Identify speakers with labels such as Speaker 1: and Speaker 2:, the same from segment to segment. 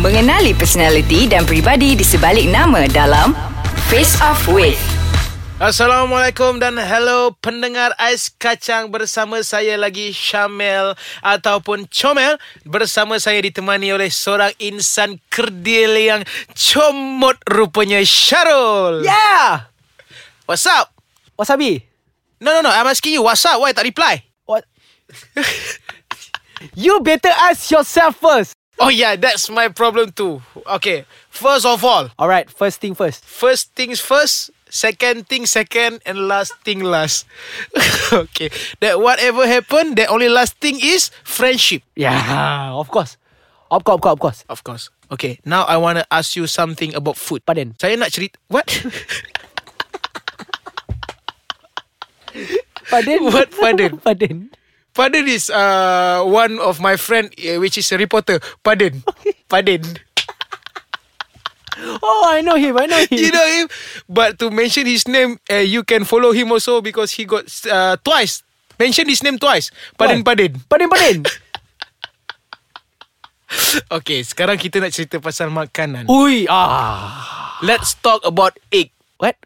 Speaker 1: Mengenali personaliti dan pribadi di sebalik nama dalam Face Off With.
Speaker 2: Assalamualaikum dan hello pendengar Ais Kacang bersama saya lagi Syamel ataupun Comel bersama saya ditemani oleh seorang insan kerdil yang comot rupanya Syarul.
Speaker 3: Yeah
Speaker 2: What's up?
Speaker 3: Wasabi
Speaker 2: No no no, I'm asking you what's up? Why tak reply?
Speaker 3: What You better ask yourself first
Speaker 2: Oh yeah, that's my problem too. Okay, first of all,
Speaker 3: Alright first thing first
Speaker 2: first things first, second thing second, and last thing last. okay, that whatever happened, the only last thing is friendship.
Speaker 3: Yeah Of course Of course of course, of course.
Speaker 2: Of course. Okay, now I want to ask you something about food.
Speaker 3: Pardon
Speaker 2: Saya nak cerita what?
Speaker 3: Pardon
Speaker 2: What pardon?
Speaker 3: Pardon
Speaker 2: Pardon is uh one of my friend uh, which is a reporter. Pardon. Pardon.
Speaker 3: Oh I know him I know him
Speaker 2: You know him, but to mention his name, uh, you can follow him also because he got uh, twice mention his name twice. Pardon,
Speaker 3: Why?
Speaker 2: pardon.
Speaker 3: Pardon pardon
Speaker 2: Okay, sekarang kita nak cerita pasal makanan.
Speaker 3: Ui ah
Speaker 2: Let's talk about egg.
Speaker 3: What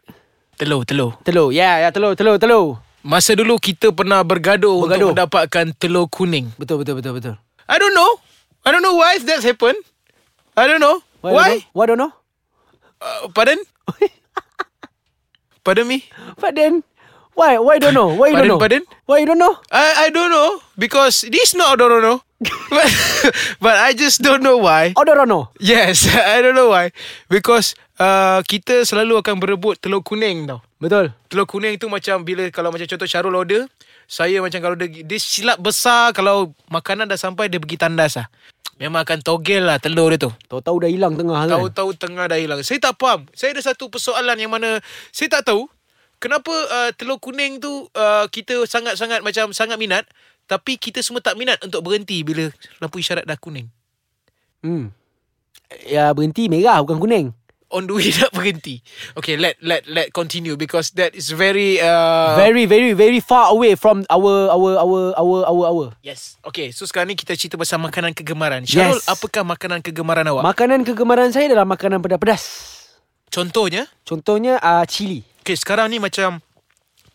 Speaker 2: Telur, telur.
Speaker 3: Telur Yeah yeah telur telur telur
Speaker 2: Masa dulu kita pernah bergaduh,
Speaker 3: Bergaduh.
Speaker 2: untuk mendapatkan telur kuning.
Speaker 3: Betul betul betul betul
Speaker 2: I don't know. I don't know why that's happened. I don't know. Why?
Speaker 3: Why don't know
Speaker 2: Uh, pardon? pardon me?
Speaker 3: Pardon Why why don't know Why you
Speaker 2: Pardon,
Speaker 3: don't know
Speaker 2: pardon?
Speaker 3: Why you don't know
Speaker 2: I I don't know because this not I don't know. but, but I just don't know why.
Speaker 3: Or Oh, don't know
Speaker 2: Yes, I don't know why. Because uh, kita selalu akan berebut telur kuning tau.
Speaker 3: Betul
Speaker 2: Telur kuning tu macam bila kalau macam contoh Syarul order, saya macam kalau dia, dia silap besar kalau makanan dah sampai dia pergi tandas lah. Memang akan togel lah telur dia tu.
Speaker 3: Tahu-tahu dah hilang tengah kan
Speaker 2: Tahu-tahu tengah dah hilang. Saya tak faham. Saya ada satu persoalan yang mana saya tak tahu kenapa uh, telur kuning tu uh, kita sangat-sangat macam sangat minat tapi kita semua tak minat untuk berhenti bila lampu isyarat dah kuning.
Speaker 3: Hmm. Ya berhenti merah bukan kuning.
Speaker 2: On the way nak berhenti. Okay, let let let continue because that is very uh
Speaker 3: Very very very far away from our our our our our our.
Speaker 2: Yes. Okay, so sekarang ni kita cerita pasal makanan kegemaran. Syarul,
Speaker 3: Yes.
Speaker 2: apakah makanan kegemaran awak? Ma-
Speaker 3: Makanan kegemaran saya adalah makanan pedas-pedas.
Speaker 2: Contohnya,
Speaker 3: Contohnya uh, cili.
Speaker 2: okay, sekarang ni macam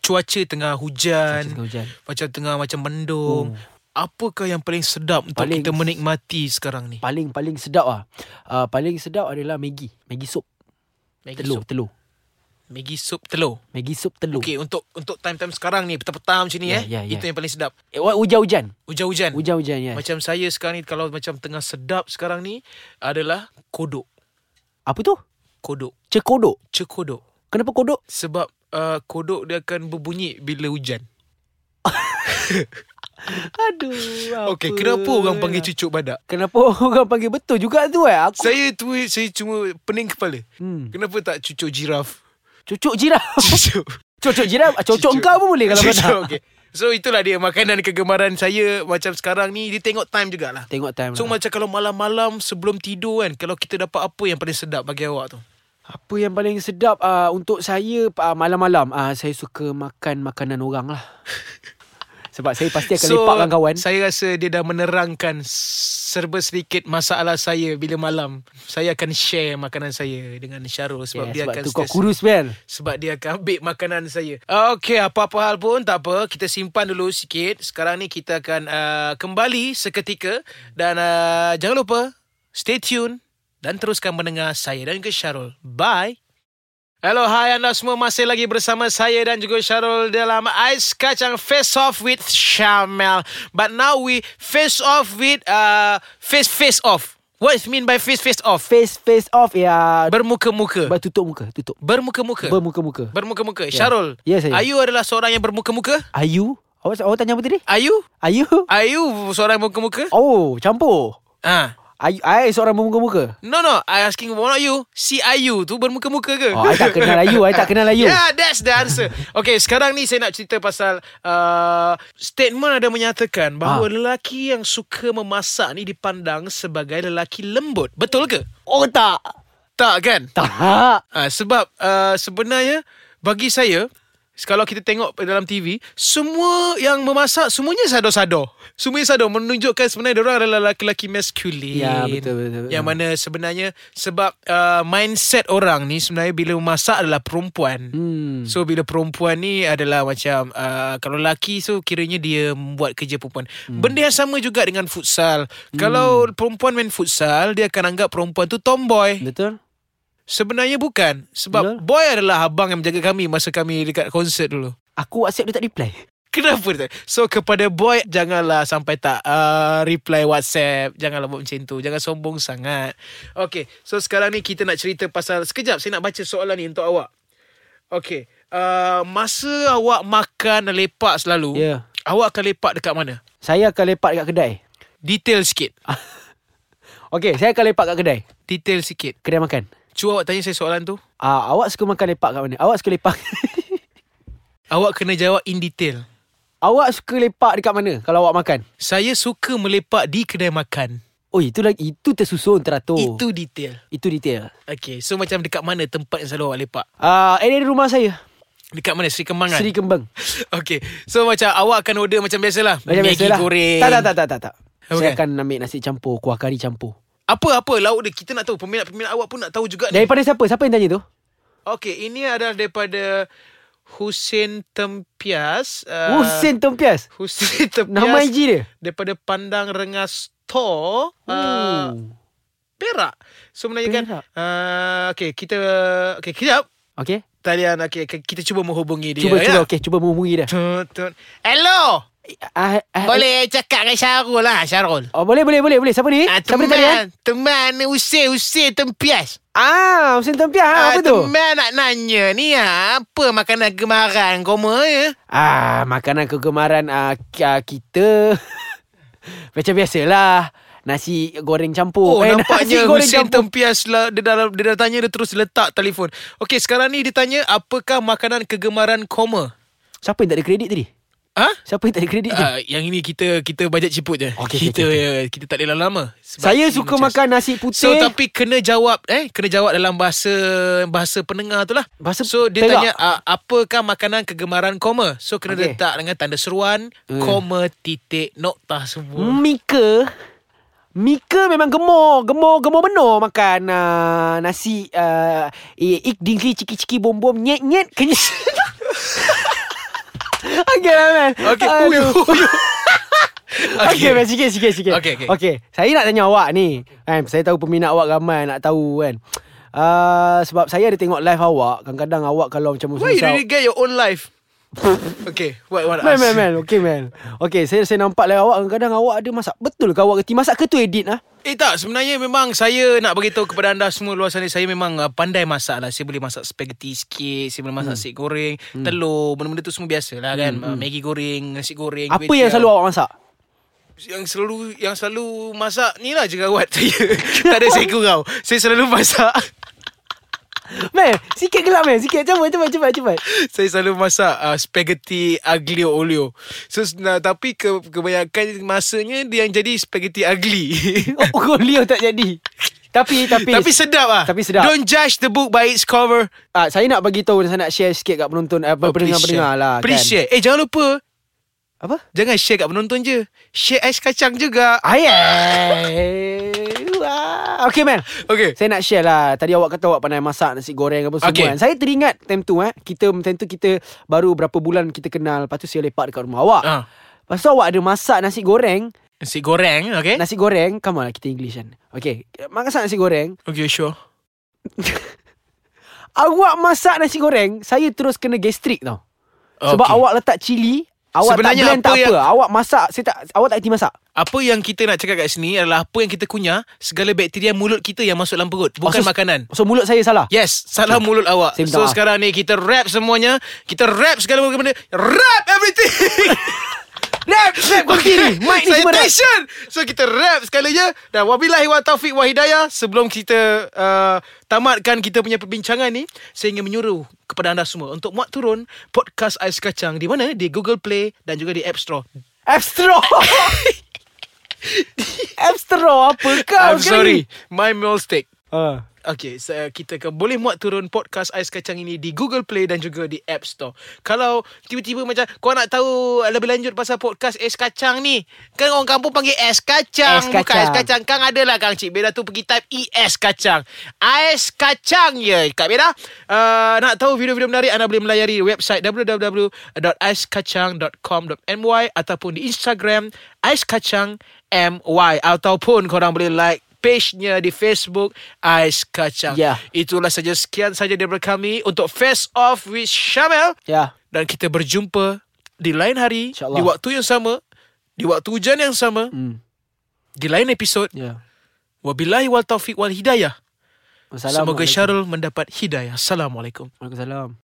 Speaker 2: cuaca tengah hujan,
Speaker 3: Cuaca tengah hujan. Hmm.
Speaker 2: macam tengah macam mendung. Apakah yang paling sedap untuk
Speaker 3: Paling-
Speaker 2: kita menikmati sekarang ni?
Speaker 3: Paling paling sedap ah. Uh, paling sedap adalah Maggi. Maggi sup.
Speaker 2: Maggi
Speaker 3: Telur,
Speaker 2: Sup.
Speaker 3: telur.
Speaker 2: Maggi sup telur.
Speaker 3: Maggi sup telur.
Speaker 2: Okay, untuk untuk time-time sekarang ni, petang-petang macam ni
Speaker 3: Ya,
Speaker 2: eh.
Speaker 3: ya, ya.
Speaker 2: Itu yang paling sedap.
Speaker 3: Eh, what hujan-hujan?
Speaker 2: Hujan-hujan.
Speaker 3: Hujan-hujan ya.
Speaker 2: Macam saya sekarang ni kalau macam tengah sedap sekarang ni adalah kodok.
Speaker 3: Apa tu?
Speaker 2: Kodok.
Speaker 3: Cekodok.
Speaker 2: Cekodok.
Speaker 3: Kenapa kodok?
Speaker 2: Sebab uh, kodok dia akan berbunyi bila hujan.
Speaker 3: Aduh.
Speaker 2: Okey,
Speaker 3: apa
Speaker 2: kenapa orang panggil
Speaker 3: lah.
Speaker 2: cucuk badak?
Speaker 3: Kenapa orang panggil betul juga tu eh? Aku
Speaker 2: Saya tu saya cuma pening kepala.
Speaker 3: hmm.
Speaker 2: Kenapa tak cucuk jiraf?
Speaker 3: cucuk jiraf.
Speaker 2: Cucuk.
Speaker 3: Cocok jiran
Speaker 2: Cucuk.
Speaker 3: Cocok kau pun boleh Kalau kau
Speaker 2: Cucuk,
Speaker 3: nak
Speaker 2: okey. So itulah dia makanan kegemaran saya macam sekarang ni dia tengok time jugalah.
Speaker 3: Tengok time
Speaker 2: So
Speaker 3: lah.
Speaker 2: macam kalau malam-malam sebelum tidur kan kalau kita dapat apa yang paling sedap bagi awak tu?
Speaker 3: Apa yang paling sedap uh, Untuk saya uh, Malam-malam uh, Saya suka makan Makanan orang lah Sebab saya pasti akan so, lepakkan Eh, kawan
Speaker 2: Saya rasa dia dah menerangkan serba sedikit masalah saya bila malam. Saya akan share makanan saya dengan Syarul sebab
Speaker 3: yeah,
Speaker 2: dia
Speaker 3: Ya, sebab
Speaker 2: akan
Speaker 3: tu kau
Speaker 2: sentiasa-
Speaker 3: kurus kan
Speaker 2: sebab dia akan ambil makanan saya. Ah, Okey, apa-apa hal pun tak apa. Kita simpan dulu sikit. Sekarang ni kita akan uh, kembali seketika. Dan uh, jangan lupa, stay tune dan teruskan mendengar saya dan juga Syarul. Bye. Hello, hai anda semua masih lagi bersama saya dan juga Syarul dalam Ais Kacang Face Off with Syamel. But now we face off with uh, face face off. What is mean by face face off?
Speaker 3: Face face off Ya
Speaker 2: Bermuka-muka.
Speaker 3: yeah. Tutup muka Tutup
Speaker 2: Bermuka-muka.
Speaker 3: Bermuka-muka
Speaker 2: Bermuka-muka Syarul
Speaker 3: Ya, saya.
Speaker 2: Ayu adalah seorang yang bermuka-muka
Speaker 3: Are you Awak, awak tanya apa tadi
Speaker 2: Ayu
Speaker 3: Are you
Speaker 2: Ayu seorang yang bermuka-muka
Speaker 3: Oh campur
Speaker 2: Ah,
Speaker 3: Are you, I seorang bermuka-muka
Speaker 2: No no I asking what not you Si Ayu tu bermuka-muka ke
Speaker 3: Oh I tak kenal Ayu I tak kenal Ayu
Speaker 2: Yeah that's the answer Okay sekarang ni saya nak cerita pasal uh, Statement ada menyatakan Bahawa
Speaker 3: Ah.
Speaker 2: lelaki yang suka memasak ni Dipandang sebagai lelaki lembut Betul ke?
Speaker 3: Oh tak
Speaker 2: Tak kan?
Speaker 3: Tak
Speaker 2: Ah, sebab uh, sebenarnya ah, bagi saya kalau kita tengok dalam TV, semua yang memasak semuanya sado-sado. Semuanya sado menunjukkan sebenarnya orang adalah lelaki-lelaki maskulin.
Speaker 3: Ya, betul, betul, betul.
Speaker 2: Yang mana sebenarnya sebab uh, mindset orang ni sebenarnya bila memasak adalah perempuan.
Speaker 3: Hmm.
Speaker 2: So bila perempuan ni adalah macam uh, kalau lelaki tu kiranya dia membuat kerja perempuan. Hmm. Benda yang sama juga dengan futsal. Hmm. Kalau perempuan main futsal, dia akan anggap perempuan tu tomboy.
Speaker 3: Betul?
Speaker 2: Sebenarnya bukan Sebab
Speaker 3: Betul.
Speaker 2: boy adalah abang yang menjaga kami Masa kami dekat konsert dulu
Speaker 3: Aku WhatsApp dia tak reply.
Speaker 2: Kenapa tak? So kepada boy Janganlah sampai tak uh, Reply whatsapp Janganlah buat macam tu Jangan sombong sangat Okay So sekarang ni kita nak cerita pasal Sekejap saya nak baca soalan ni untuk awak Okay uh, Masa awak makan dan lepak selalu
Speaker 3: Ya.
Speaker 2: Awak akan lepak dekat mana?
Speaker 3: Saya akan lepak dekat kedai.
Speaker 2: Detail sikit
Speaker 3: Okey, saya akan lepak kat kedai.
Speaker 2: Detail sikit
Speaker 3: Kedai makan.
Speaker 2: Cuba awak tanya saya soalan tu
Speaker 3: Ah, awak suka makan lepak kat mana? Awak suka lepak.
Speaker 2: Awak kena jawab in detail
Speaker 3: awak suka lepak dekat mana kalau awak makan?
Speaker 2: Saya suka melepak di kedai makan
Speaker 3: Oh, itu lagi itu tersusun teratur.
Speaker 2: Oh. Itu detail.
Speaker 3: itu detail.
Speaker 2: Okay, so macam dekat mana tempat yang selalu awak lepak?
Speaker 3: Ah, uh, area rumah saya.
Speaker 2: Dekat mana? Sri Kembangan?
Speaker 3: Seri Kembang.
Speaker 2: Okay, so macam awak akan order macam biasalah.
Speaker 3: Macam
Speaker 2: Maggi
Speaker 3: biasalah.
Speaker 2: goreng.
Speaker 3: Tak, tak, tak, tak, tak. tak. Saya
Speaker 2: Okay.
Speaker 3: akan ambil nasi campur, kuah kari campur.
Speaker 2: Apa-apa lauk dia. Kita nak tahu. Peminat-peminat awak pun nak tahu juga. ni.
Speaker 3: Daripada siapa? Siapa yang tanya tu?
Speaker 2: Okay, ini adalah daripada Husin Tempias.
Speaker 3: Uh, Husin Tompias.
Speaker 2: Husin Tempias.
Speaker 3: Nama IG dia.
Speaker 2: Daripada Pandang Rengas Tor.
Speaker 3: Uh,
Speaker 2: Uh, Perak. So menanyakan.
Speaker 3: Perak.
Speaker 2: Uh, okay, kita... Okay, kejap.
Speaker 3: okay.
Speaker 2: Talian, okay, kita cuba menghubungi dia.
Speaker 3: Cuba,
Speaker 2: ya?
Speaker 3: cuba. Okay, cuba menghubungi dia.
Speaker 2: Tut, tut. Hello.
Speaker 3: Ah, ah,
Speaker 2: Boleh cakap dengan Syarul lah, Syarul.
Speaker 3: Oh, boleh, boleh, boleh. boleh. Siapa ni?
Speaker 2: Ah,
Speaker 3: Siapa ni tadi? eh?
Speaker 2: teman, teman usir, usir tempias.
Speaker 3: Ah, Husin Tompias. Ah, apa tu?
Speaker 2: Teman nak nanya ni ah, apa makanan gemaran kau ma ya?
Speaker 3: Ah, makanan kegemaran ah, k- ah, kita macam biasalah. Nasi goreng campur.
Speaker 2: Oh,
Speaker 3: Eh,
Speaker 2: nampaknya
Speaker 3: nasi goreng
Speaker 2: Husin
Speaker 3: campur.
Speaker 2: Tempias lah, dia, dah, dia dah tanya dia terus letak telefon. Okey, sekarang ni dia tanya apakah makanan kegemaran koma?
Speaker 3: Siapa yang tak ada kredit tadi?
Speaker 2: Ha?
Speaker 3: Siapa yang tak ada kredit tu?
Speaker 2: Uh, yang ini kita kita bajet ciput je.
Speaker 3: Okey, okey,
Speaker 2: kita
Speaker 3: okey,
Speaker 2: okay. kita tak ada lama. Sebab
Speaker 3: Saya
Speaker 2: ini
Speaker 3: suka
Speaker 2: macam-
Speaker 3: makan nasi putih.
Speaker 2: So tapi kena jawab eh kena jawab dalam bahasa bahasa pendengar tu lah.
Speaker 3: Bahasa
Speaker 2: so dia
Speaker 3: Perak.
Speaker 2: tanya uh, apakah makanan kegemaran koma? So kena okay.
Speaker 3: Okey.
Speaker 2: letak dengan tanda seruan,
Speaker 3: Hmm.
Speaker 2: koma, titik, noktah semua. Hmm.
Speaker 3: Mika Mika memang gemor Gemor Gemor benar makan uh, Nasi uh, Ik dingli ciki-ciki bom-bom Nyet-nyet Kenyit Okay lah man
Speaker 2: Okey.
Speaker 3: Aduh.
Speaker 2: Okey.
Speaker 3: Okay, okay sikit, sikit, sikit.
Speaker 2: Okey, okey.
Speaker 3: okay. Saya nak tanya awak ni. Kan, saya tahu peminat awak ramai nak tahu kan. Uh, sebab saya ada tengok live awak. Kadang-kadang awak kalau macam
Speaker 2: Why you
Speaker 3: musau-
Speaker 2: didn't get your own life? okay, what what
Speaker 3: Man, man, man. Okay, man. Okay, saya saya nampak lah awak kadang-kadang awak ada masak. Betul ke awak kerti masak ke tu edit lah?
Speaker 2: Eh tak, sebenarnya memang saya nak beritahu kepada anda semua luar sana Saya memang uh, pandai masak lah Saya boleh masak spaghetti sikit Saya boleh masak hmm. nasi goreng hmm. Telur, benda-benda tu semua biasa lah kan hmm. Maggi goreng, nasi goreng
Speaker 3: Apa
Speaker 2: kuih
Speaker 3: yang
Speaker 2: tiaw.
Speaker 3: selalu awak masak?
Speaker 2: yang selalu yang selalu masak ni lah jerawat saya. tak ada saya kurau. Saya selalu masak.
Speaker 3: Man, sikit gelap man. Sikit. Cepat, cepat, cepat, cepat.
Speaker 2: saya selalu masak uh, spaghetti aglio olio. So nah, tapi ke, kebanyakan masanya dia yang jadi spaghetti ugly.
Speaker 3: Oh, golio tak jadi. Tapi, tapi.
Speaker 2: tapi sedap ah.
Speaker 3: Tapi sedap.
Speaker 2: Don't judge the book by its cover.
Speaker 3: Ah, saya nak bagi tahu saya nak share sikit kat penonton
Speaker 2: Oh,
Speaker 3: apa
Speaker 2: please
Speaker 3: pendengar-pendengar
Speaker 2: share.
Speaker 3: lah
Speaker 2: Please
Speaker 3: kan.
Speaker 2: share. Eh jangan lupa
Speaker 3: Apa?
Speaker 2: Jangan share kat penonton je Share ais kacang juga
Speaker 3: Ayai. Wah. Okay man.
Speaker 2: Okay
Speaker 3: Saya nak share lah Tadi awak kata awak pandai masak Nasi goreng apa semua
Speaker 2: Okay.
Speaker 3: okay. kan. Saya teringat time tu eh Kita time tu kita Baru berapa bulan kita kenal Lepas tu saya lepak dekat rumah awak
Speaker 2: Ah.
Speaker 3: Lepas tu awak ada masak nasi goreng
Speaker 2: Nasi goreng Okay
Speaker 3: Nasi goreng Come on lah kita English kan Okay Masak nasi goreng
Speaker 2: Okay sure
Speaker 3: Awak masak nasi goreng Saya terus kena gastrik tau Sebab
Speaker 2: Okay.
Speaker 3: awak letak cili Awak
Speaker 2: Sebenarnya
Speaker 3: Sebenarnya tak blend
Speaker 2: apa
Speaker 3: tak apa
Speaker 2: yang-
Speaker 3: Awak masak saya tak, Awak tak kerti masak
Speaker 2: Apa yang kita nak cakap kat sini adalah apa yang kita kunyah, segala bakteria mulut kita yang masuk dalam perut, bukan
Speaker 3: Oh, so-
Speaker 2: makanan. Ya.
Speaker 3: So mulut saya salah
Speaker 2: Yes, salah mulut awak.
Speaker 3: Saya minta
Speaker 2: So
Speaker 3: maaf.
Speaker 2: sekarang ni kita rap semuanya, kita rap segala macam benda, rap everything.
Speaker 3: Rap Rap kau kiri Mic ni semua rap
Speaker 2: Sanitation So kita rap sekalanya Dan wabillahi wa taufiq wa hidayah Sebelum kita uh, Tamatkan kita punya perbincangan ni Saya ingin menyuruh Kepada anda semua Untuk muat turun Podcast Ais Kacang Di mana? Di Google Play Dan juga di App Store
Speaker 3: Abstro Abstro apa kau
Speaker 2: I'm sorry
Speaker 3: sekali?
Speaker 2: My mistake
Speaker 3: Ah.
Speaker 2: Okay, so uh, kita ke, boleh muat turun podcast Ais Kacang ini di Google Play dan juga di App Store. Kalau tiba-tiba macam kau nak tahu lebih lanjut pasal podcast Ais Kacang ni, kan orang kampung panggil Ais Kacang,
Speaker 3: Ais
Speaker 2: bukan Ais Kacang.
Speaker 3: Kacang.
Speaker 2: Kang adalah Kang Cik Beda tu pergi type ES Kacang. Ais Kacang ya, Kak Beda. Uh, nak tahu video-video menarik, anda boleh melayari website www.aiskacang.com.my ataupun di Instagram Ais Kacang MY ataupun korang boleh like page-nya di Facebook Ais Kacang.
Speaker 3: Ya.
Speaker 2: Itulah saja sekian saja daripada kami untuk Face Off with Syamel
Speaker 3: Ya.
Speaker 2: dan kita berjumpa di lain hari
Speaker 3: InsyaAllah.
Speaker 2: di waktu yang sama di waktu hujan yang sama
Speaker 3: Hmm.
Speaker 2: di lain episod
Speaker 3: Ya.
Speaker 2: wabillahi wal taufiq wal hidayah. Semoga
Speaker 3: Wassalamualaikum.
Speaker 2: Syarul mendapat hidayah. Assalamualaikum.
Speaker 3: Waalaikumsalam.